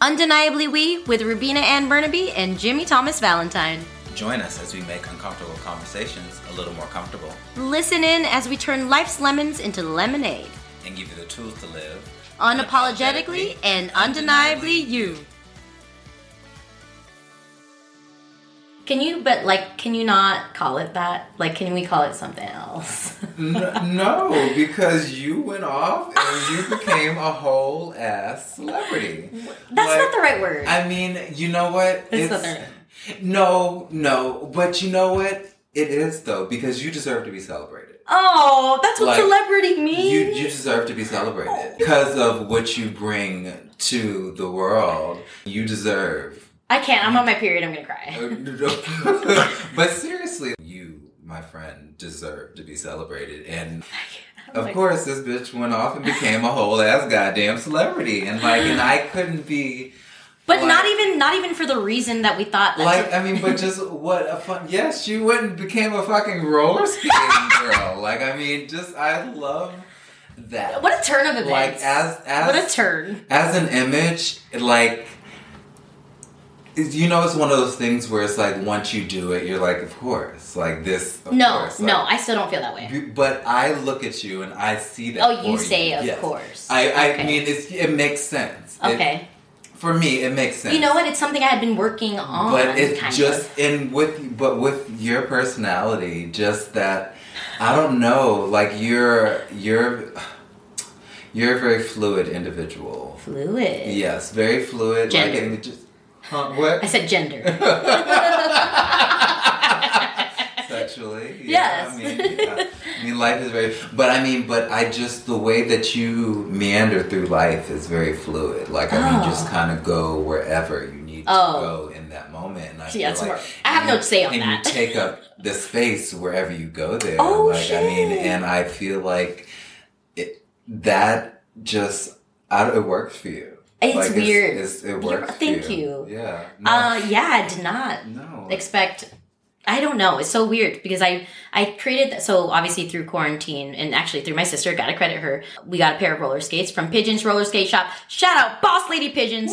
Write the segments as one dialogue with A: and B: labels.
A: Undeniably We with Rubina Ann Burnaby and Jimmy Thomas Valentine.
B: Join us as we make uncomfortable conversations a little more comfortable
A: Listen in as we turn life's lemons into lemonade.
B: and give you the tools to live
A: Unapologetically and undeniably you. Can you, but like, can you not call it that? Like, can we call it something else?
B: N- no, because you went off and you became a whole ass celebrity.
A: That's
B: Like,
A: not the right word.
B: I mean, you know what?
A: It's not
B: no, no, but you know what? It is though because you deserve to be celebrated.
A: oh, that's what
B: like,
A: celebrity
B: You
A: means.
B: you deserve to be celebrated because of what you bring to the world. You deserve.
A: I can't. I'm on my period. I'm gonna cry.
B: but seriously, you, my friend, deserve to be celebrated. And of
A: like-
B: course, this bitch went off and became a whole ass goddamn celebrity. And like, and I couldn't be
A: But
B: Like-
A: not even, not even for the reason that we thought. That's
B: like, I mean, but just what a fun. Yes, she went and became a fucking roller skating girl. Like, I mean, just I love that.
A: what a turn of events.
B: like as as
A: what a turn.
B: as an image, like is- you know, it's one of those things where it's like once you do it, you're like, of course, like this. Of
A: No,
B: course,
A: no,
B: like,
A: I still don't feel that way.
B: you- but I look at you and I see that.
A: Oh, you
B: for
A: say, of
B: Yes.
A: course.
B: I, I
A: Okay.
B: mean, it's, it makes sense. It-
A: Okay.
B: for me, it makes sense.
A: You know what? It's something I had been working on.
B: But it's
A: kind
B: just
A: of.
B: in with, but with your personality, just that I don't know. Like you're you're you're a very fluid individual.
A: fluid.
B: Yes, very fluid.
A: Gender.
B: Like, and it just, huh,
A: I
B: what?
A: said gender. Uh,
B: Sexually.
A: Yes.
B: I mean, yeah. I mean, life is very, but I mean, but I just, the way that you meander through life is very fluid. Like, I mean,
A: Oh.
B: just kind of go wherever you need to
A: Oh.
B: go in that moment. And I,
A: See,
B: feel
A: that's
B: like,
A: smart. I have no
B: you-
A: say on
B: and
A: that.
B: you take up the space wherever you go there.
A: Oh,
B: like, I mean,
A: shit.
B: and I feel like it, that just, I, don't- it works for you.
A: It's
B: Like,
A: weird.
B: It's, it
A: You're-
B: works. for
A: thank you.
B: Yeah.
A: Uh, yeah, I did not
B: No.
A: expect. I don't know. It's so weird because I I created that. So obviously through quarantine and actually through my sister, gotta credit her. We got a pair of roller skates from Pigeons Roller Skate Shop. Shout out, Boss Lady Pigeons.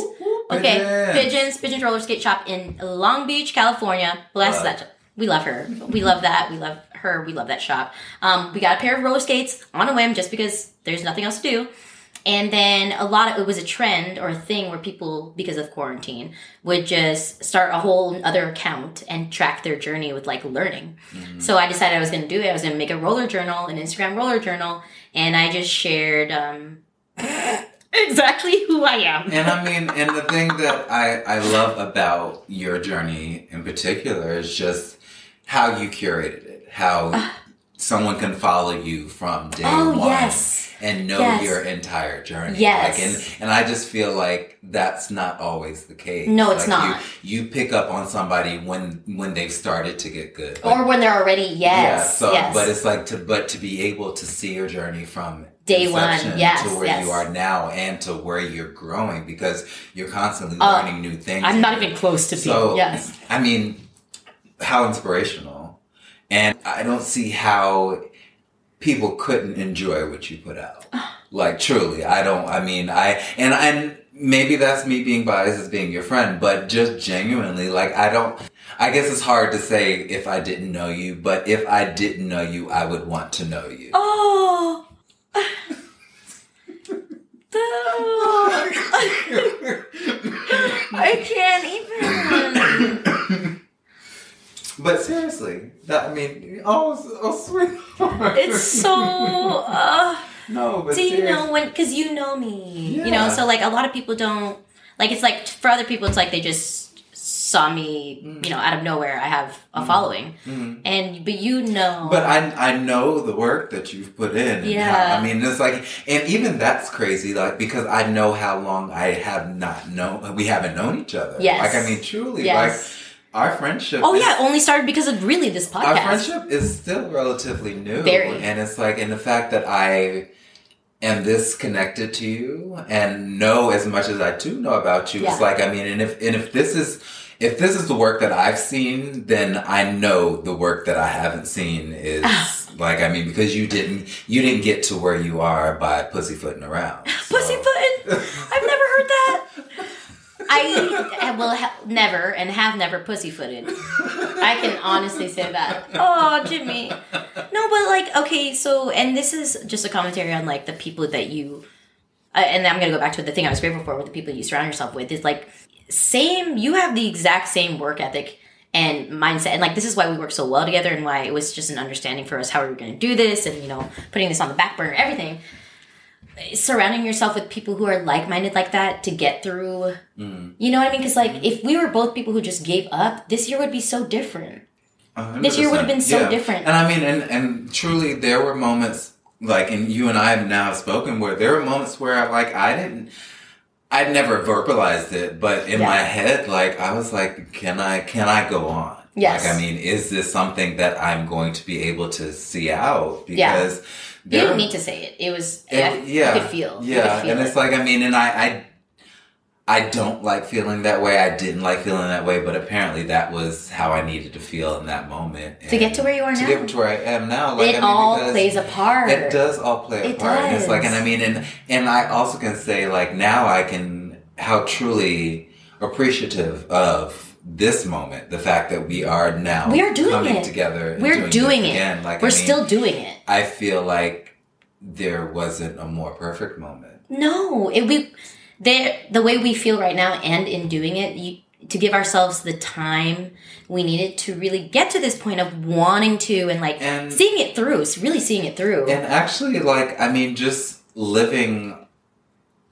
A: Okay,
B: Pigeons.
A: Pigeons Pigeons Roller Skate Shop in Long Beach, California. Bless
B: Love.
A: that. We love her. We love that. We love her. We love that shop. Um, we got a pair of roller skates on a whim just because there's nothing else to do. And then a lot of it was a trend or a thing where people, because of quarantine, would just start a whole other account and track their journey with like learning.
B: Mm-hmm.
A: So I decided I was going to do it. I was going to make a roller journal, an Instagram roller journal, and I just shared um, exactly who I am.
B: and I mean, and the thing that I, I love about your journey in particular is just how you curated it, how someone can follow you from day
A: Ah. Oh,
B: one
A: yes.
B: and know
A: Yes.
B: your entire journey.
A: Yes.
B: Like, and, and I just feel like that's not always the case.
A: No, it's
B: Like,
A: not.
B: You, you pick up on somebody when when they've started to get good. Like,
A: Or when they're already, yes.
B: yeah, so
A: yes.
B: but it's like to but to be able to see your journey from
A: Day one,
B: inception
A: yes,
B: to where
A: yes.
B: you are now and to where you're growing because you're constantly
A: Oh,
B: learning new things.
C: I'm not even close to people.
B: so
A: Yes.
B: I mean, how inspirational. And I don't see how people couldn't enjoy what you put out. Like truly, I don't I mean I and and maybe that's me being biased as being your friend, but just genuinely, like I don't I guess it's hard to say if I didn't know you, but if I didn't know you, I would want to know you.
A: Oh. Oh I can't even.
B: But seriously, that I mean, oh, oh sweet.
A: It's so. Uh,
B: no, but
A: do you
B: seriously.
A: know when? Because you know me. You know,
B: Yeah.
A: so like a lot of people don't. Like it's like for other people, it's like they just saw me.
B: Mm.
A: You know, out of nowhere, I have a following,
B: Mhm.
A: and but you know.
B: Mm. But I I know the work that you've put in. and
A: Yeah.
B: How, I mean, it's like, and even that's crazy, like because I know how long I have not known. We haven't known each other.
A: Yes.
B: Like I mean, truly,
A: Yes.
B: like our friendship.
A: oh
B: is-
A: yeah, it only started because of really this
B: Our
A: podcast.
B: friendship is still relatively new,
A: Very.
B: and it's like, and the fact that I am this connected to you and know as much as I do know about you,
A: Yeah.
B: it's like, I mean, and if and if this is if this is the work that I've seen, then I know the work that I haven't seen is like, I mean, because you didn't you didn't get to where you are by pussyfooting around. so-
A: Pussyfootin'. I've never heard that. I will ha- never and have never pussyfooted. I can honestly say that. Oh, Jimmy. No, but like, okay, so, and this is just a commentary on like the people that you, uh, and I'm gonna go back to the thing I was grateful for with the people you surround yourself with is like, same, you have the exact same work ethic and mindset. And like, this is why we work so well together and why it was just an understanding for us how we were gonna do this and, you know, putting this on the back burner, everything. Surrounding yourself with people who are like minded like that to get through
B: Mm.
A: you know what I mean? Because like, if we were both people who just gave up, this year would be so different.
B: A hundred
A: This year would have
B: percent.
A: been so
B: Yeah.
A: different.
B: And I mean, and and truly, there were moments like, and you and I have now spoken where there were moments where like I didn't, I'd never verbalized it, but in
A: Yeah.
B: my head, like I was like, can I can I go on?
A: Yes.
B: Like I mean, is this something that I'm going to be able to see out?
A: Yeah.
B: Because
A: You
B: there-
A: didn't need to say it. It was I-
B: and- yeah,
A: you could feel. you
B: yeah,
A: could feel
B: and
A: it.
B: it's like I mean, and I, I, I don't like feeling that way. I didn't like feeling that way, but apparently that was how I needed to feel in that moment
A: to get to where you are
B: to
A: now.
B: get to where I am now. Like,
A: it
B: I mean,
A: all
B: because
A: plays a part.
B: It does all play a
A: It
B: part. And it's like,
A: does.
B: and I mean, and and I also can say like now I can how truly appreciative of this moment, the fact that we are now
A: We are doing
B: coming
A: it.
B: together. and
A: We're
B: this
A: doing it.
B: again. Like I
A: We're
B: mean,
A: still doing it.
B: I feel like there wasn't a more perfect moment.
A: No, it, we the the way we feel right now, and in doing it, you, to give ourselves the time we needed to really get to this point of wanting to and like
B: And-
A: seeing it through. It's really seeing it through.
B: And actually, like, I mean, just living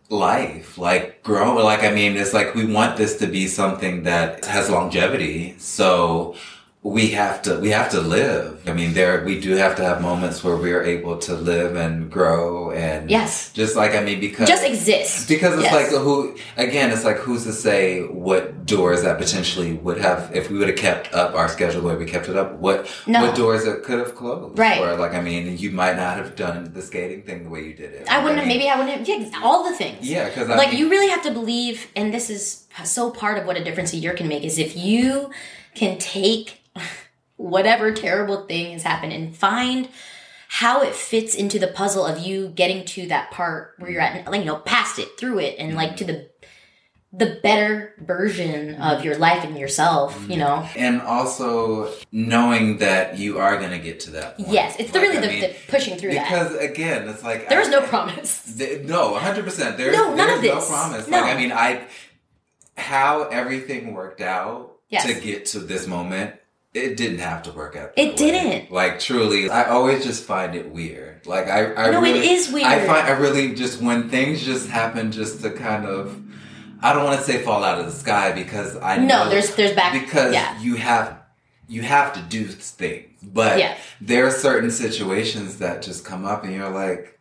B: life, like, grow, like, I mean, it's like we want this to be something that has longevity. So we have to, we have to live. I mean, there, we do have to have moments where we are able to live and grow and
A: Yes,
B: just like, I mean, because.
A: just exist
B: because it's
A: Yes.
B: like who again it's like who's to say what doors that potentially would have if we would have kept up our schedule the way we kept it up what
A: No.
B: what doors it could have closed
A: Right.
B: or like i mean you might not have done the skating thing the way you did it
A: I wouldn't
B: I
A: have,
B: mean,
A: maybe I wouldn't have, yeah, all the things.
B: yeah because
A: like you really have to believe and this is so part of what a difference a year can make is if you can take whatever terrible thing has happened and find how it fits into the puzzle of you getting to that part where you're at like you know past it through it and like to the the better version of your life and yourself you know
B: and also knowing that you are going to get to that point.
A: yes it's the,
B: Like,
A: really
B: I
A: the,
B: mean,
A: the pushing through that
B: because again it's like
A: there is
B: I-
A: no promise
B: Th- No, 100%. There's,
A: No, none
B: there's
A: of
B: no
A: this.
B: promise.
A: No.
B: Like, I mean, I, how everything worked out
A: Yes.
B: to get to this moment, it didn't have to work out.
A: It
B: that way.
A: didn't.
B: Like, truly, I always just find it weird. Like, I, I
A: no
B: really,
A: it is weird
B: I find, I really just, when things just happen, just to kind of, I don't want to say fall out of the sky because I
A: no
B: know
A: there's there's back
B: because
A: yeah
B: you have you have to do things but
A: Yeah.
B: there are certain situations that just come up and you're like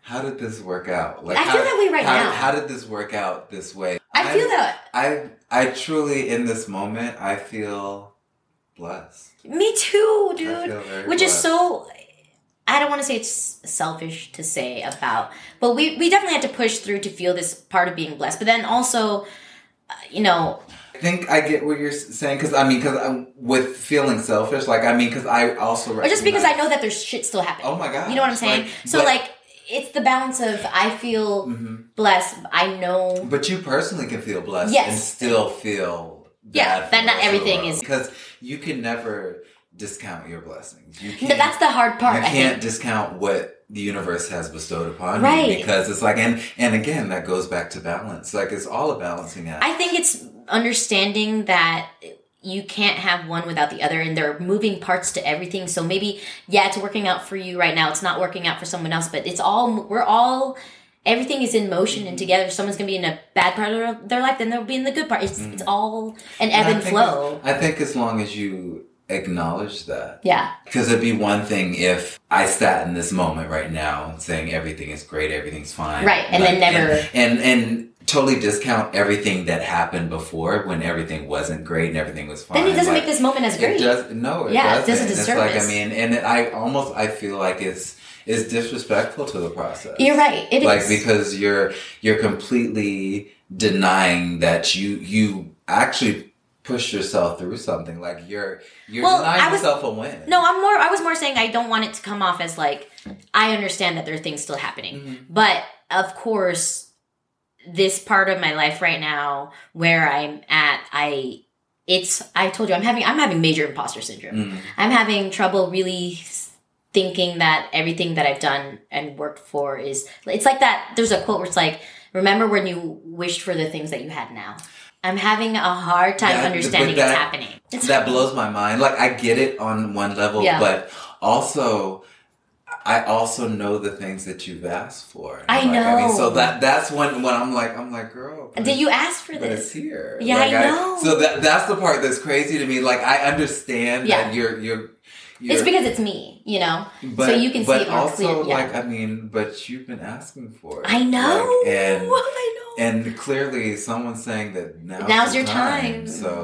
B: how did this work out like
A: I
B: how,
A: feel that way right
B: how,
A: now.
B: how did this work out this way
A: i feel that
B: i i truly in this moment i feel blessed
A: me too dude
B: I feel very
A: which is
B: blessed.
A: so i don't want to say it's selfish to say about but we we definitely had to push through to feel this part of being blessed but then also uh, you know
B: I think I get what you're s- saying because I mean, because with feeling selfish, like I mean, because I also
A: or just because i
B: recognize-
A: know that there's shit still happening
B: oh my god,
A: you know what i'm saying so like it's the balance of i feel
B: mhm.
A: blessed i know
B: But you personally can feel blessed
A: Yes.
B: and still feel
A: Yeah,
B: bad
A: that not
B: for the rest of the
A: everything
B: world.
A: is-
B: because you can never discount your blessings. You
A: No,
B: can't.
A: that's the hard
B: you
A: part i
B: can't
A: think
B: discount what the universe has bestowed upon
A: Right.
B: you because it's like and and again that goes back to balance. Like it's all a balancing act.
A: i think it's understanding that you can't have one without the other and there are moving parts to everything so maybe yeah it's working out for you right now it's not working out for someone else but it's all we're all everything is in motion
B: Mm-hmm.
A: and together If someone's gonna be in a bad part of their life then they'll be in the good part it's, it's all an ebb
B: Mm-hmm. I
A: and
B: think
A: flow
B: as- I think as long as you acknowledge that.
A: yeah
B: Because it'd be one thing if I sat in this moment right now saying everything is great, everything's fine.
A: Right, and then never-
B: And, and, and totally discount everything that happened before when everything wasn't great and everything was fine.
A: then it doesn't
B: Like,
A: make this moment as
B: It
A: great
B: does, no, it
A: Yeah, it
B: doesn't.
A: does a
B: it's like, I
A: disservice.
B: mean, and it, I almost, I feel like it's, it's disrespectful to the process
A: you're right It is.
B: like because you're you're completely denying that you you actually push yourself through something like you're you're
A: Well, I
B: denying
A: was-
B: yourself a win
A: No, I'm more. I was more saying I don't want it to come off Mm-hmm. as like I understand that there are things still happening,
B: Mhm.
A: but of course, this part of my life right now where I'm at, I it's I told you I'm having I'm having major imposter syndrome.
B: Mm.
A: I'm having trouble really s- thinking that everything that I've done and worked for is it's like that there's a quote where it's like remember when you wished for the things that you had now. I'm having a hard time
B: That- but
A: understanding
B: that-
A: what's happening. It's
B: that blows my mind. Like I get it on one level,
A: Yeah.
B: but also I also know the things that you've asked for.
A: I
B: Like, I mean,
A: know.
B: so that that's when when I'm like I'm like girl. but
A: Did you ask for
B: it's- But it's
A: this?
B: here.
A: Yeah,
B: Like,
A: I know.
B: so that that's the part that's crazy to me. Like I understand
A: Yeah.
B: that you're you're. you're
A: It's because it's me, you know.
B: but,
A: you can see
B: but
A: it more
B: also
A: clear- yeah.
B: like I mean, but you've been asking for it.
A: I know.
B: Like, and
A: I know.
B: and clearly someone's saying that now's,
A: Now's
B: the
A: your time.
B: So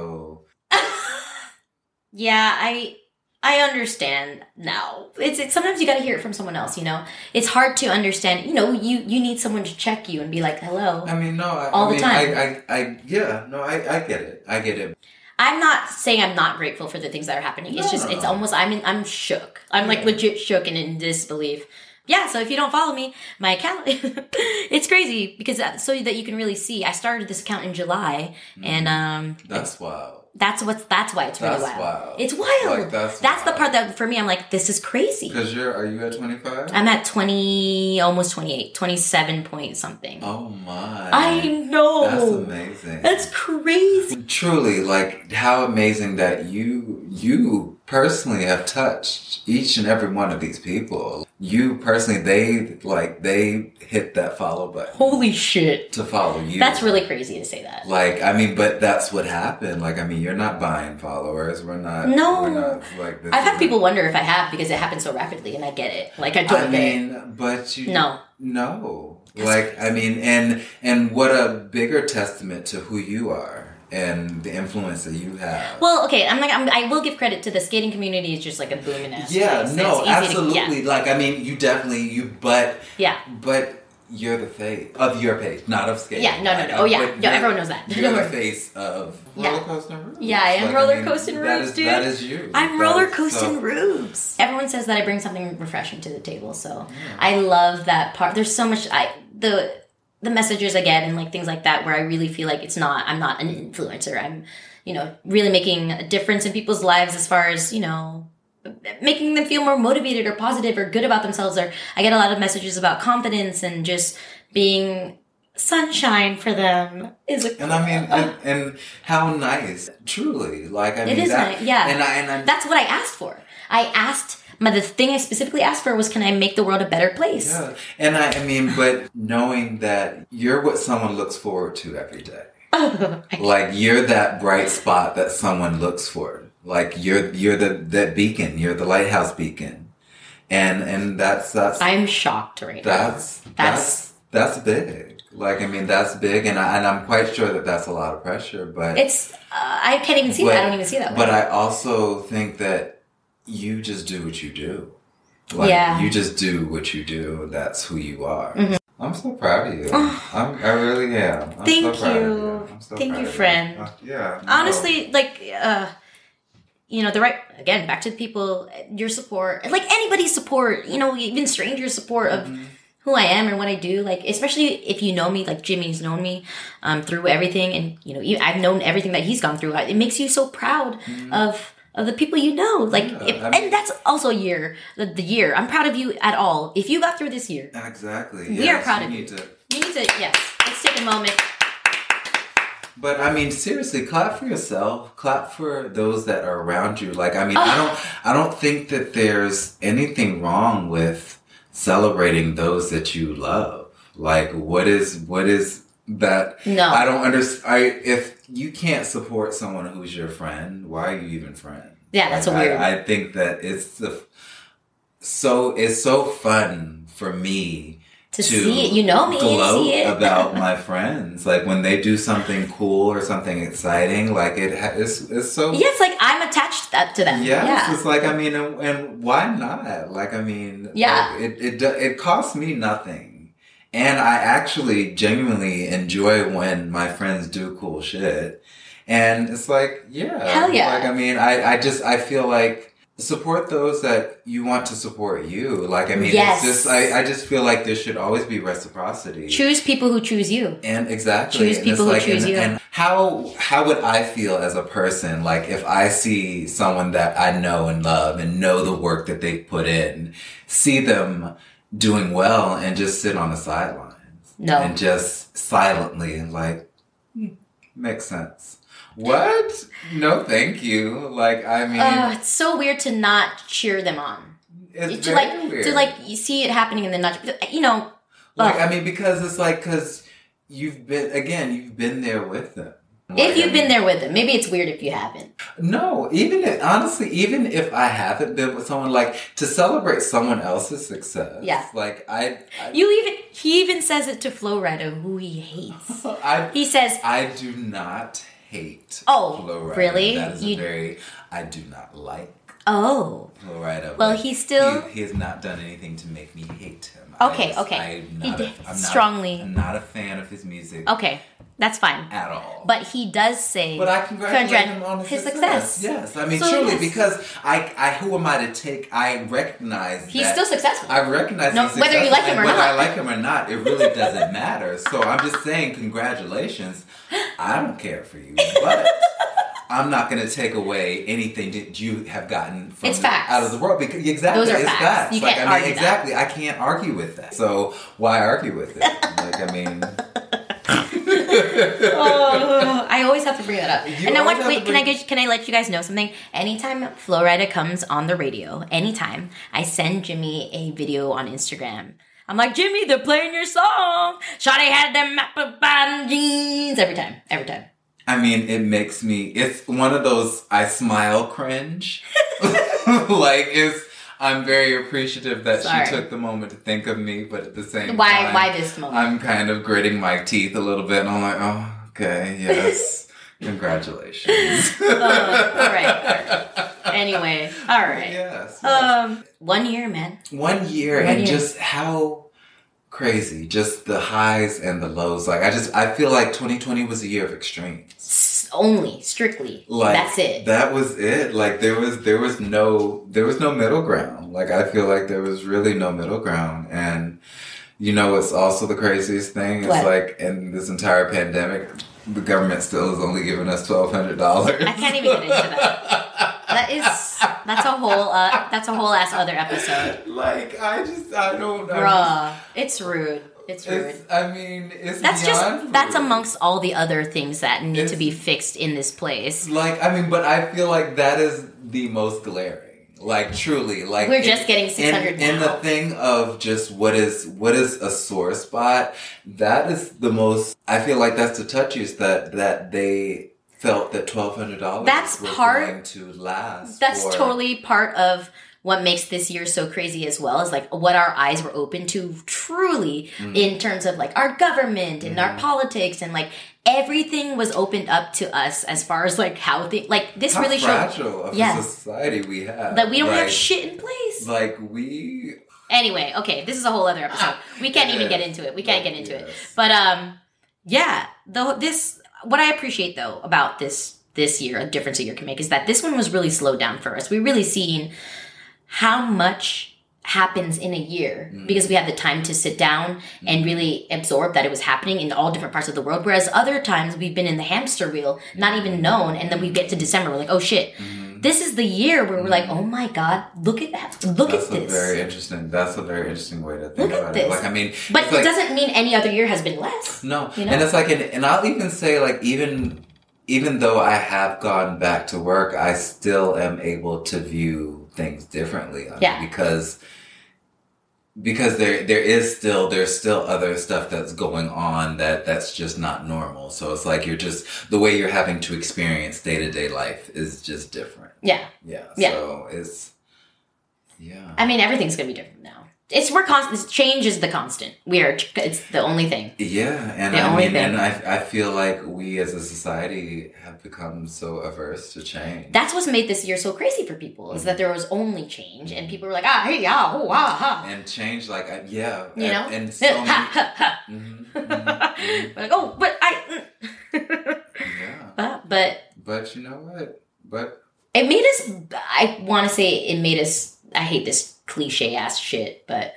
A: yeah, I I understand now. It's it's sometimes you got to hear it from someone else, you know. It's hard to understand. You know, you you need someone to check you and be like, "Hello."
B: I mean, no, I,
A: All
B: I
A: the
B: mean,
A: time.
B: I, I, I, yeah, no, I, I get it. I get it.
A: I'm not saying I'm not grateful for the things that are happening. It's
B: No,
A: just
B: no,
A: it's
B: no.
A: almost I'm in, I'm shook. I'm like
B: Yeah.
A: legit shook and in disbelief. Yeah, so if you don't follow me, my account it's crazy because uh, so that you can really see. I started this account in July and um
B: Mm. That's wild.
A: that's what's that's why it's really wild.
B: That's wild.
A: It's wild.
B: Like,
A: that's
B: that's
A: the
B: wild.
A: part that for me I'm like this is crazy.
B: Because you're, are you at 25?
A: I'm at 20, almost 28, 27 point something.
B: oh my.
A: I
B: That's
A: know.
B: amazing.
A: That's, crazy.
B: Truly, like, how amazing that you, you personally have touched each and every one of these people. You personally, they, like, they hit that follow button
A: Holy shit.
B: to follow you.
A: That's really crazy to say that.
B: Like I mean, but that's what happened. Like I mean, you're not buying followers. We're not.
A: No.
B: we're not, like this
A: I've had
B: is-
A: people wonder if I have because it happened so rapidly and I get it. Like, I don't
B: I
A: get
B: mean, but you
A: No.
B: no. Like I mean, and and what a bigger testament to who you are and the influence that you have.
A: it. Well, okay, I'm like, I'm, I will give credit to the skating community. It's just like a booming ass.
B: yeah,
A: place.
B: no,
A: It's easy to-
B: absolutely. Like I mean, you definitely you, but
A: yeah,
B: but you're the face of your page, not of
A: yeah,
B: skate.
A: yeah. No, no,
B: Like,
A: no. Oh, yeah.
B: but
A: yeah.
B: you're-
A: Everyone knows that.
B: You're
A: Don't
B: the
A: worry.
B: face of
A: Yeah.
B: roller coasting Rubes.
A: Yeah, I am
B: Like,
A: roller
B: mean,
A: coasting
B: that
A: Rubes,
B: is-
A: dude.
B: That is you.
C: I'm
B: That
C: roller
B: is so-
C: coasting rubes.
A: everyone says that I bring something refreshing to the table. So I love that part. There's so much I the the messages I get and like things like that where I really feel like it's not I'm not an influencer. I'm you know really making a difference in people's lives as far as you know making them feel more motivated or positive or good about themselves or I get a lot of messages about confidence and just being sunshine for them is a,
B: And I mean, and, and how nice, truly. Like I
A: It
B: mean,
A: is
B: that,
A: nice, yeah.
B: And I and I'm,
A: that's what I asked for. I asked my the thing I specifically asked for was can I make the world a better place?
B: yeah. and I, I mean, but knowing that you're what someone looks forward to every day. like you're that bright spot that someone looks for. Like you're you're the that beacon. You're the lighthouse beacon. And and that's that's
A: I'm shocked right
B: that's
A: That's-
B: that's that's big. Like I mean, that's big, and I, and I'm quite sure that that's a lot of pressure. But
A: now. It's uh, I can't even see that. I
B: But-
A: don't even see that.
B: But
A: way.
B: I also think that you just do what you do. Like,
A: Yeah. Mm-hmm.
B: You just do what you do. That's who you are. I'm so proud of you. I'm, I really am. I'm
A: Oh. Thank
B: so proud of
A: you.
B: you. I'm so
A: Thank
B: proud
A: you,
B: of
A: friend.
B: Uh, yeah. no.
A: honestly, like uh, you know, the right again back to the people, your support, like anybody's support, you know, even strangers' support of
B: Mm-hmm.
A: who I am and what I do. Like especially if you know me, like Jimmy's known me um, through everything, and you know, you- I've known everything that he's gone through. It makes you so proud of. Of the people you know, like,
B: Mm-hmm. Yeah,
A: if,
B: I mean-
A: and that's also a year, the, the year. I'm proud of you at all. If you got through this year,
B: Exactly.
A: We
B: yes,
A: are proud of
B: need to-
A: you need to, yes, let's take a moment.
B: But I mean, seriously, clap for yourself. Clap for those that are around you. Like, I mean, I don't, I don't think that there's anything wrong with celebrating those that you love. Like, what is, what is that?
A: No.
B: I don't understand. I if you can't support someone who's your friend, why are you even friends?
A: Yeah, that's
B: Like,
A: a weird-
B: I, I think that it's the so it's so fun for me
A: to, see it. You know me. Oh, You
B: gloat
A: see it.
B: about my friends. Like when they do something cool or something exciting, like it ha- it's, it's so
A: yeah, it's like I'm attached that to them.
B: Yes,
A: yeah.
B: it's like I mean, and, and why not? Like I mean,
A: Yeah.
B: like, it it do- it costs me nothing, and I actually genuinely enjoy when my friends do cool shit, and it's like yeah,
A: Hell yeah.
B: Like I mean, I I just I feel like support those that you want to support you. Like, I mean,
A: Yes.
B: it's just, I, I just feel like there should always be reciprocity.
A: Choose people who choose you.
B: And exactly,
A: Choose
B: and
A: people who choose
B: and,
A: you.
B: and how how would I feel as a person, like if I see someone that I know and love and know the work that they put in, see them doing well, and just sit on the sidelines
A: No.
B: and just silently like "Hmm, makes sense. What? No, thank you. Like I mean,
A: Ugh, it's so weird to not cheer them on.
B: it's
A: to
B: very
A: like
B: weird.
A: to like you see it happening and then not you know
B: Like,
A: Ugh.
B: I mean, because it's like, because you've been, again, you've been there with them.
A: if
B: Like, I
A: you've been
B: mean-
A: there with them. Maybe it's weird if you haven't.
B: No, even if, honestly, even if I haven't been with someone, like, to celebrate someone else's success.
A: Yeah.
B: Like, I, I,
A: You even he even says it to Flo Rida, who he hates.
B: I,
A: He says,
B: I do not hate
A: Oh,
B: Florida.
A: really?
B: That is
A: You-
B: a very, I do not like
A: "Oh,
B: Florida.
A: well,
B: but
A: he still."
B: he, he has not done anything to make me hate him.
A: Okay,
B: I
A: okay.
B: I'm
A: He
B: not a-
A: did
B: I'm not a-
A: strongly-
B: I'm not a fan of his music
A: Okay, that's fine.
B: at all.
A: But he does say,
B: But I congratulate
A: Congrats.
B: him on his,
A: His
B: success.
A: success.
B: Yes, I mean
A: So,
B: truly
A: yes.
B: because I, I who am I to take? I recognize
A: he's
B: that-
A: still successful."
B: I recognize
A: No,
B: his
A: whether you
B: success,
A: like him
B: and
A: or
B: Whether I
A: not.
B: like him or not, it really doesn't matter. So I'm just saying, congratulations. I don't care for you, but I'm not going to take away anything that you have gotten from
A: It's facts.
B: out of the world because exactly
A: Those are
B: it's
A: facts. You
B: Like
A: can't
B: I mean,
A: argue that.
B: exactly, I can't argue with that. So why argue with it? Like I mean.
A: oh, I always have to bring that up.
B: You
A: and I want.
B: always have
A: Wait,
B: to
A: can I
B: bring-
A: get, can I let you guys know something? Anytime Florida comes on the radio, anytime I send Jimmy a video on Instagram. I'm like Jimmy, they're playing your song. Shawty had them apple bottom jeans every time, every time.
B: I mean, it makes me. It's one of those I smile cringe. like it's. I'm very appreciative that
A: Sorry.
B: she took the moment to think of me, but at the same
A: Why?
B: time,
A: Why this moment?
B: I'm kind of gritting my teeth a little bit, and I'm like, oh, okay, yes, congratulations.
A: Uh, all right. Anyway, all right.
B: Yes. yes.
A: Um, one year, man.
B: one year
A: One
B: and
A: year.
B: just how crazy, just the highs and the lows. Like I just, I feel like 2020 was a year of extremes.
A: S- only strictly.
B: like
A: That's it.
B: that was it like there was there was no there was no middle ground like i feel like there was really no middle ground and you know it's also the craziest thing it's
A: What?
B: like in this entire pandemic the government still is only giving us $1200
A: I can't even get into that. That is that's a whole uh, that's a whole ass other episode.
B: like i just i don't know
A: Bruh. It's rude. It's rude.
B: it's, i mean it's
A: that's
B: beyond
A: just that's
B: food.
A: amongst all the other things that need to
B: It's-
A: be fixed in this place.
B: Like, I mean, but I feel like that is the most glaring. Like, truly, like
A: We're just getting 600
B: in, in the
A: now.
B: thing of just what is what is a sore spot. That is the most. I feel like that's the touchiest that that they felt that twelve hundred dollars.
A: That's
B: was
A: part-
B: going to last.
A: That's
B: for-
A: totally part of what makes this year so crazy as well is like what our eyes were open to truly
B: Mm.
A: in terms of like our government and our politics and like everything was opened up to us as far as like how they like this
B: how
A: really showed
B: fragile of
A: Yeah.
B: a society we have.
A: that we don't have
B: Like-
A: shit in place.
B: Like we
A: Anyway, okay, this is a whole other episode. We can't even
B: Ah, Yeah.
A: get into it. We can't get into it.
B: Yes.
A: But um, yeah, though this what I appreciate though about this this year, a difference a year can make is that this one was really slowed down for us. We really seen how much happens in a year
B: Mm.
A: because we had the time to sit down and really absorb that it was happening in all different parts of the world. Whereas other times we've been in the hamster wheel,
B: Mm.
A: not even known, and then we get to December, we're like, oh shit.
B: Mm-hmm.
A: This is the year where we're like, oh my god, look at that, look
B: Mm. That's
A: at
B: a
A: this.
B: very interesting. That's a very interesting way to think
A: Look at
B: about
A: this.
B: it. Like I mean,
A: But
B: it's
A: it
B: like,
A: doesn't mean any other year has been less.
B: No,
A: You know?
B: and it's like, an, and I'll even say, like, even even though I have gone back to work, I still am able to view things differently. I mean,
A: Yeah.
B: because because there there is still there's still other stuff that's going on that that's just not normal. So it's like you're just the way you're having to experience day to day life is just different.
A: Yeah.
B: Yeah.
A: Yeah.
B: So it's yeah.
A: I mean, everything's gonna be different now. It's we're constant. Change is the constant. We are. It's the only thing.
B: Yeah, and
A: The
B: I
A: only
B: mean,
A: thing-
B: and I, I feel like we as a society have become so averse to change.
A: That's what's made this year so crazy for people is that there was only change and people were like, ah, hey, ah, oh, ah, ha.
B: and change, like, I, yeah,
A: You know,
B: and, and so many,
A: ha, ha, ha.
B: Mhm, mhm, mhm,
A: We're like, oh, but I. mm."
B: yeah.
A: but, but
B: But you know what? But
A: It made us. I want to say it made us. I hate this cliche ass shit, but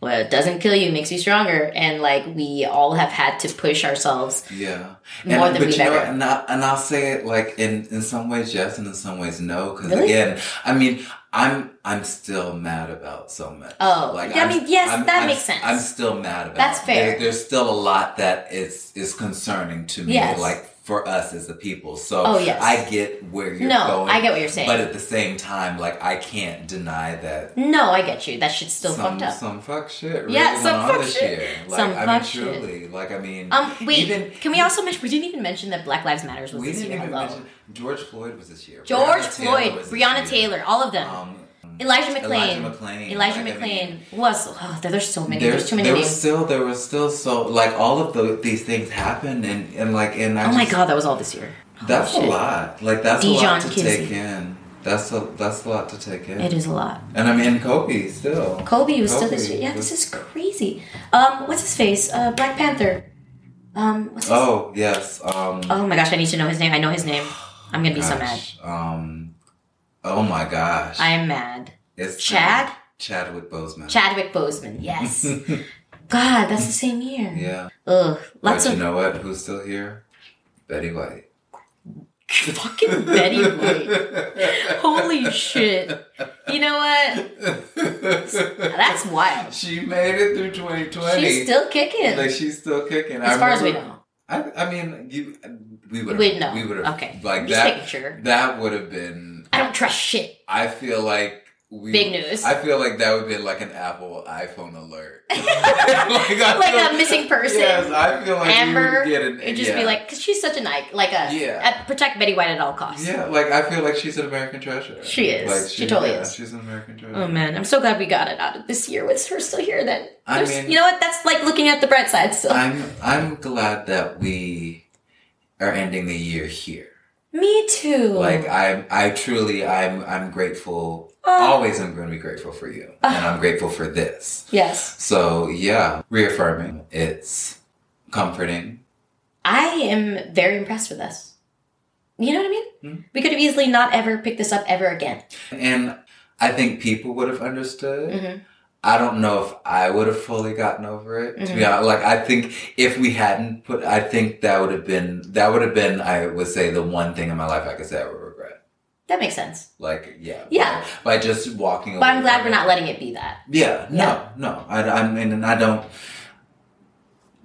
A: well, it doesn't kill you makes you stronger, and like we all have had to push ourselves.
B: Yeah.
A: More than
B: but
A: we've
B: you know,
A: ever-
B: and, I, and I'll say it like in, in some ways yes and in some ways no. Because
A: Really?
B: again, I mean, I'm I'm still mad about so much.
A: Oh, yeah, I
B: I'm-
A: mean, yes,
B: I'm-
A: that
B: I'm-
A: makes sense.
B: I'm still mad about.
A: That's
B: it.
A: fair.
B: There- there's still a lot that is is concerning to me,
A: Yes.
B: like for us as a people. So
A: Oh, yes.
B: I get where you're
A: No,
B: going.
A: I get what you're saying.
B: But at the same time, like I can't deny that
A: No, I get you. That shit's still
B: some
A: fucked up.
B: some fuck shit really
A: Yeah,
B: went
A: some
B: on
A: fuck
B: this
A: shit.
B: year. Like
A: Some
B: I
A: fuck
B: mean,
A: shit.
B: truly, like I mean,
A: Um, wait.
B: even
A: can we also mention? We didn't even mention that Black Lives Matters was
B: we
A: this
B: didn't
A: year
B: even
A: alone.
B: mention George Floyd was this year.
A: George
B: Breonna Taylor
A: Floyd,
B: was this
A: Breonna
B: year.
A: Taylor, all of them.
B: Um,
A: Elijah
B: Elijah
A: McClain.
B: McClain.
A: Elijah
B: Like, I
A: McClain
B: mean,
A: was. Oh, there- there's so many.
B: there,
A: There's, too many
B: there
A: names.
B: was still there was still so like all of the, these things happened and and like and I
A: oh my
B: just-
A: god, that was all this year. Holy
B: that's
A: shit.
B: a lot like that's a
A: Dijon
B: lot to
A: Kinsey.
B: take in that's a that's a lot to take in
A: It is a lot.
B: and I mean Kobe still
A: Kobe was still this
B: Kobe
A: year. Yeah, this
B: was-
A: is crazy. Um, what's his face? Uh, Black Panther. Um, what's his? Oh.
B: oh yes um
A: my gosh, I need to know his name. I know his name. I'm gonna be so mad.
B: gosh, um oh my gosh
A: I am mad.
B: it's
A: Chad?
B: Chadwick Boseman
A: Chadwick Boseman. Yes. God, that's the same year.
B: yeah
A: Ugh, lots
B: but
A: of
B: you know what? Who's still here? Betty White.
A: fucking Betty White. Holy shit! You know what? That's wild.
B: she made it through 2020.
A: She's still kicking.
B: like she's still kicking.
A: as
B: I
A: far as we
B: remember-
A: know.
B: I, I mean, you. We would.
A: We'd know.
B: We would have.
A: Okay.
B: Like
A: Just
B: that.
A: making sure.
B: That would have been.
A: I don't trust shit.
B: I feel like. We,
A: Big news.
B: I feel like that would be like an Apple iPhone alert. like I
A: Like a
B: feel-
A: missing person.
B: Yes, I feel like we would
A: Amber,
B: Oh, get an,
A: it'd just
B: yeah.
A: be like, because she's such an icon, like a,
B: Yeah.
A: a- protect Betty White at all costs.
B: Yeah, like I feel like she's an American treasure.
A: She is.
B: Like
A: She totally is.
B: She's an American treasure.
A: Oh man, I'm so glad we got it out of this year with her still here. Then
B: I
A: There's-
B: mean-
A: you know what? That's like looking at the bright side still.
B: I'm I'm glad that we are ending the year here.
A: Me too.
B: Like I'm I truly I'm I'm grateful.
A: Oh.
B: Always I'm going to be grateful for you,
A: Ah.
B: and I'm grateful for this.
A: yes,
B: So yeah, reaffirming. It's comforting.
A: I am very impressed with us. You know what I mean?
B: Hmm.
A: We could have easily not ever picked this up ever again.
B: And I think people would have understood.
A: hmm
B: I don't know if I would have fully gotten over it. To be
A: Mhm.
B: honest, like I think if we hadn't put, I think that would have been that would have been I would say the one thing in my life I could say I would regret.
A: That makes sense.
B: Like yeah,
A: Yeah.
B: by, by just walking.
A: But I'm
B: away
A: glad
B: from
A: we're
B: it.
A: not letting it be that.
B: Yeah, no,
A: Yeah.
B: no. I, I mean, and I don't.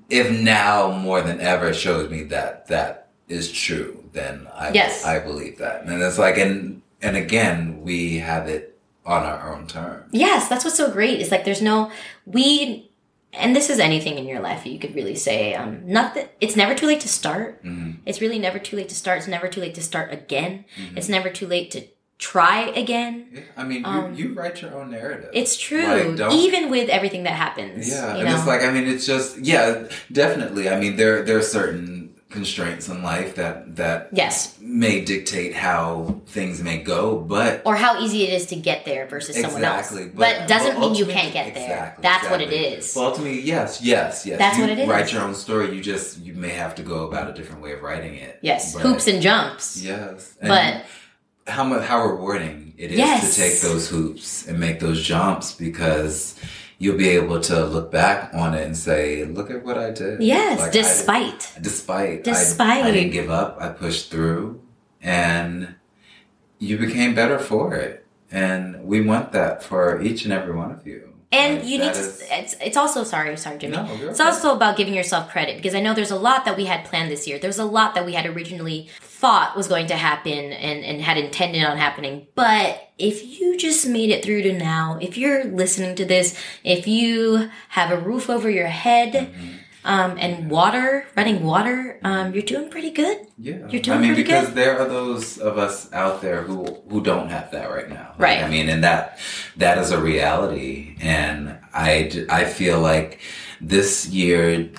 B: If now more than ever it shows me that that is true, then I
A: Yes.
B: I believe that, and it's like and and again we have it on our own terms.
A: Yes, that's what's so great. Is like there's no we, and this is anything in your life you could really say. Um, not that it's never too late to start.
B: Mhm.
A: It's really never too late to start. It's never too late to start again.
B: Hmm.
A: It's never too late to try again.
B: Mm-hmm. Yeah, I mean,
A: Um,
B: you, you write your own narrative.
A: It's true,
B: Like, don't-
A: even with everything that happens.
B: yeah,
A: you
B: and
A: know?
B: it's like I mean, it's just yeah, definitely. I mean, there there are certain constraints in life that that
A: yes,
B: may dictate how things may go, but
A: or how easy it is to get there versus someone else.
B: Exactly,
A: But, doesn't mean you
B: ultimately-
A: can't get there.
B: exactly,
A: That's what
B: exactly.
A: it is.
B: But ultimately, yes, yes, yes.
A: That's
B: You
A: what it is.
B: Write your own story. You just you may have to go about a different way of writing it.
A: yes,
B: But-
A: hoops and jumps.
B: Yes,
A: But-
B: how mu how rewarding it is
A: Yes.
B: to take those hoops and make those jumps because you'll be able to look back on it and say, "Look at what I did."
A: Yes,
B: Like, I-
A: despite.
B: despite
A: Despite.
B: I, I didn't give up i pushed through and you became better for it and we want that for each and every one of you
A: And
B: Like,
A: you need
B: that
A: to.
B: is-
A: It's it's also sorry, sorry, Jimmy.
B: No, you're
A: it's
B: okay.
A: also about giving yourself credit because I know there's a lot that we had planned this year. There's a lot that we had originally thought was going to happen and and had intended on happening. But if you just made it through to now, if you're listening to this, if you have a roof over your head.
B: Mm-hmm.
A: Um, and water, running water, um, you're doing pretty good.
B: yeah
A: you're doing
B: i mean
A: pretty
B: because
A: good.
B: there are those of us out there who who don't have that right now Like,
A: Right.
B: i mean and that that is a reality and i j- i feel like this year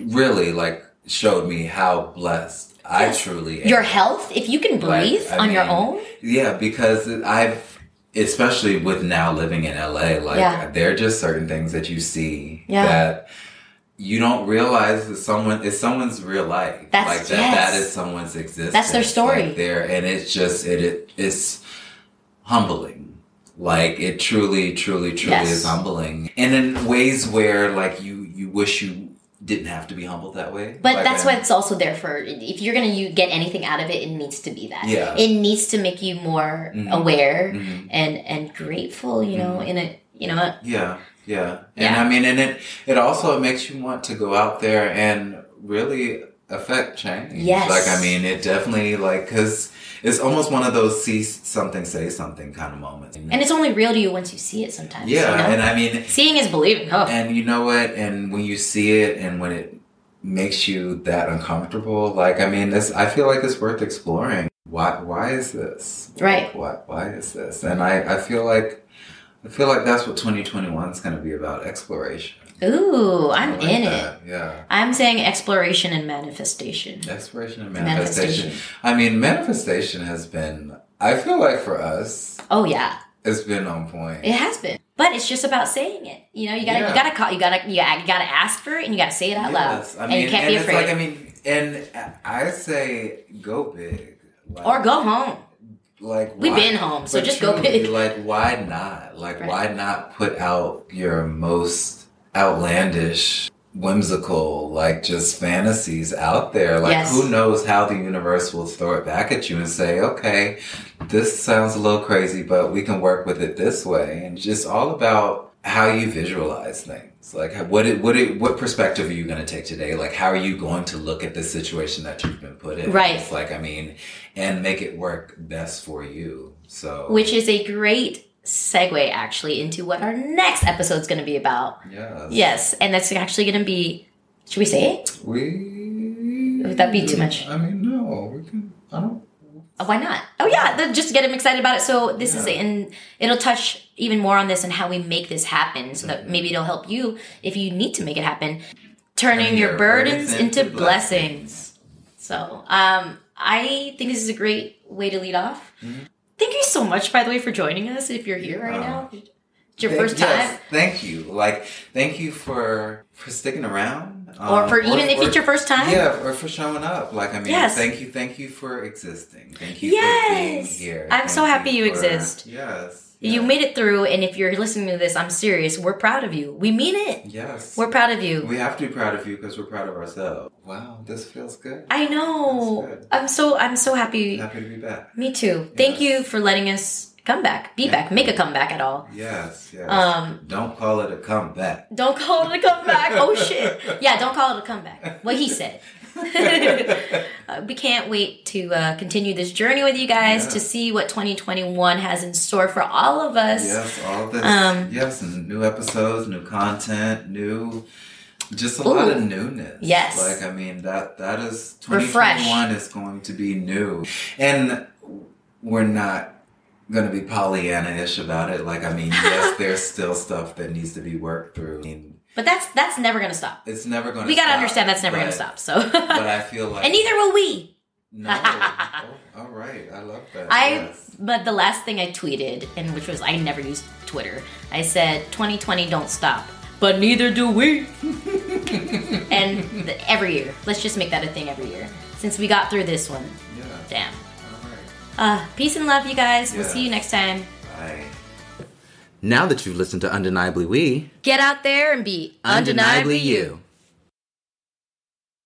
B: really like showed me how blessed i
A: Yes.
B: truly am
A: Your health, if you can
B: Like,
A: breathe
B: I
A: on your
B: mean,
A: own,
B: Yeah, because I've, especially with now living in LA, like
A: Yeah.
B: there are just certain things that you see
A: Yeah.
B: that you don't realize that someone is someone's real life.
A: That's-
B: like that
A: yes.
B: that is someone's existence.
A: their story.
B: Like there and it's just it, it it's humbling. Like it truly, truly, truly
A: Yes.
B: is humbling. And in ways where like you you wish you didn't have to be humbled that way.
A: But
B: Like,
A: that's
B: I-
A: what it's also there for. If you're gonna you get anything out of it, it needs to be that.
B: Yeah.
A: It needs to make you more
B: Mhm.
A: aware
B: Mhm.
A: and and grateful. You know,
B: Mm-hmm.
A: in a you know
B: Yeah, yeah. And
A: Yeah.
B: I mean and it it also makes you want to go out there and really affect change.
A: Yes.
B: Like I mean it definitely like cuz it's almost one of those see something say something kind of moments.
A: and it's only real to you once you see it. Sometimes.
B: Yeah,
A: You know?
B: and I mean,
A: Seeing is believing. Oh.
B: and you know what? And when you see it, and when it makes you that uncomfortable, like I mean, this I feel like it's worth exploring. Why? Why is this?
A: Right.
B: Why? Why is this? And I, I feel like, I feel like that's what 2021 is going to be about: exploration.
A: Ooh, I'm
B: I like
A: in it.
B: that. Yeah,
A: I'm saying exploration and manifestation.
B: exploration and
A: Manifestation.
B: manifestation. I mean, manifestation has been. I feel like for us,
A: Oh yeah,
B: it's been on point.
A: it has been. But it's just about saying it. You know, you gotta you
B: Yeah.
A: gotta call you gotta you gotta you gotta ask for it and you gotta say it out
B: Yes.
A: loud.
B: I
A: and
B: mean,
A: you can't be
B: it's
A: afraid.
B: Like, I mean, and I say go big. Like,
A: or go home.
B: Like
A: We've
B: why-
A: been home, so
B: but
A: just go
B: truly,
A: big.
B: Like why not? Like
A: Right.
B: why not put out your most outlandish, whimsical, like just fantasies out there? Like
A: Yes.
B: who knows how the universe will throw it back at you and say, okay, this sounds a little crazy, but we can work with it this way. And just all about how you visualize things. Like how- what it, what it, what perspective are you going to take today? Like how are you going to look at the situation that you've been put in?
A: Right.
B: It's like I mean, and make it work best for you. So
A: Which is a great segue actually into what our next episode's gonna be about.
B: yes,
A: Yes, and that's actually gonna be should we say it?
B: we
A: Would that be too much?
B: I mean, no, we can. I don't.
A: Oh, Why not? Oh yeah, then just to get him excited about it. So this is
B: Yeah.
A: and it'll touch even more on this and how we make this happen so that maybe it'll help you if you need to make it happen. Turning
B: Turning
A: your,
B: your
A: burdens,
B: burdens
A: into,
B: into
A: blessings. So um I think this is a great way to lead off.
B: Mm-hmm.
A: Thank you so much by the way for joining us if you're here right
B: Yeah.
A: now. It's your
B: Uh, Thank-
A: first time.
B: yes, thank you. Like, thank you for for sticking around,
A: or
B: um,
A: for even if
B: or-
A: it's your first time.
B: Yeah, or for showing up. Like, I mean,
A: Yes.
B: thank you, thank you for existing. Thank you for being
A: Yes.
B: here.
A: I'm so
B: Thank
A: happy you
B: for-
A: exist.
B: Yes.
A: You
B: yes,
A: made it through, and if you're listening to this, I'm serious. We're proud of you. We mean it.
B: Yes.
A: We're proud of you.
B: we have to be proud of you because we're proud of ourselves. Wow, this feels good.
A: I know.
B: That's good.
A: I'm so I'm so happy.
B: Happy to be back.
A: Me too. Thank
B: Yes.
A: you for letting us come back, be
B: Yeah.
A: back, make a comeback at all.
B: Yes. Yes.
A: Um,
B: Don't call it a comeback.
A: don't call it a comeback. Oh shit. Yeah, don't call it a comeback. What he said. Uh, we can't wait to uh, continue this journey with you guys
B: Yeah.
A: to see what 2021 has in store for all of us.
B: Yes, all this.
A: Um,
B: yes, and new episodes, new content, new, just a lot
A: Ooh.
B: of newness.
A: Yes.
B: like I mean that that is twenty
A: Refresh.
B: twenty one is going to be new, and we're not going to be Pollyanna-ish about it. Like I mean, yes, there's still stuff that needs to be worked through. I mean,
A: But that's that's never gonna stop.
B: it's never going. to
A: We gotta understand that's never gonna stop. So,
B: But I feel like
A: and neither will we.
B: no. Oh, all right, I love that.
A: I
B: yes.
A: but the last thing I tweeted, and which was I never used Twitter. I said 2020 don't stop, but neither do we. and the, every year, let's just make that a thing every year. Since we got through this one,
B: yeah.
A: damn.
B: All right.
A: Uh, peace and love, you guys. We'll
B: Yeah.
A: see you next time.
B: Bye. Now that you've listened to Undeniably We,
A: Get out there and be undeniably you.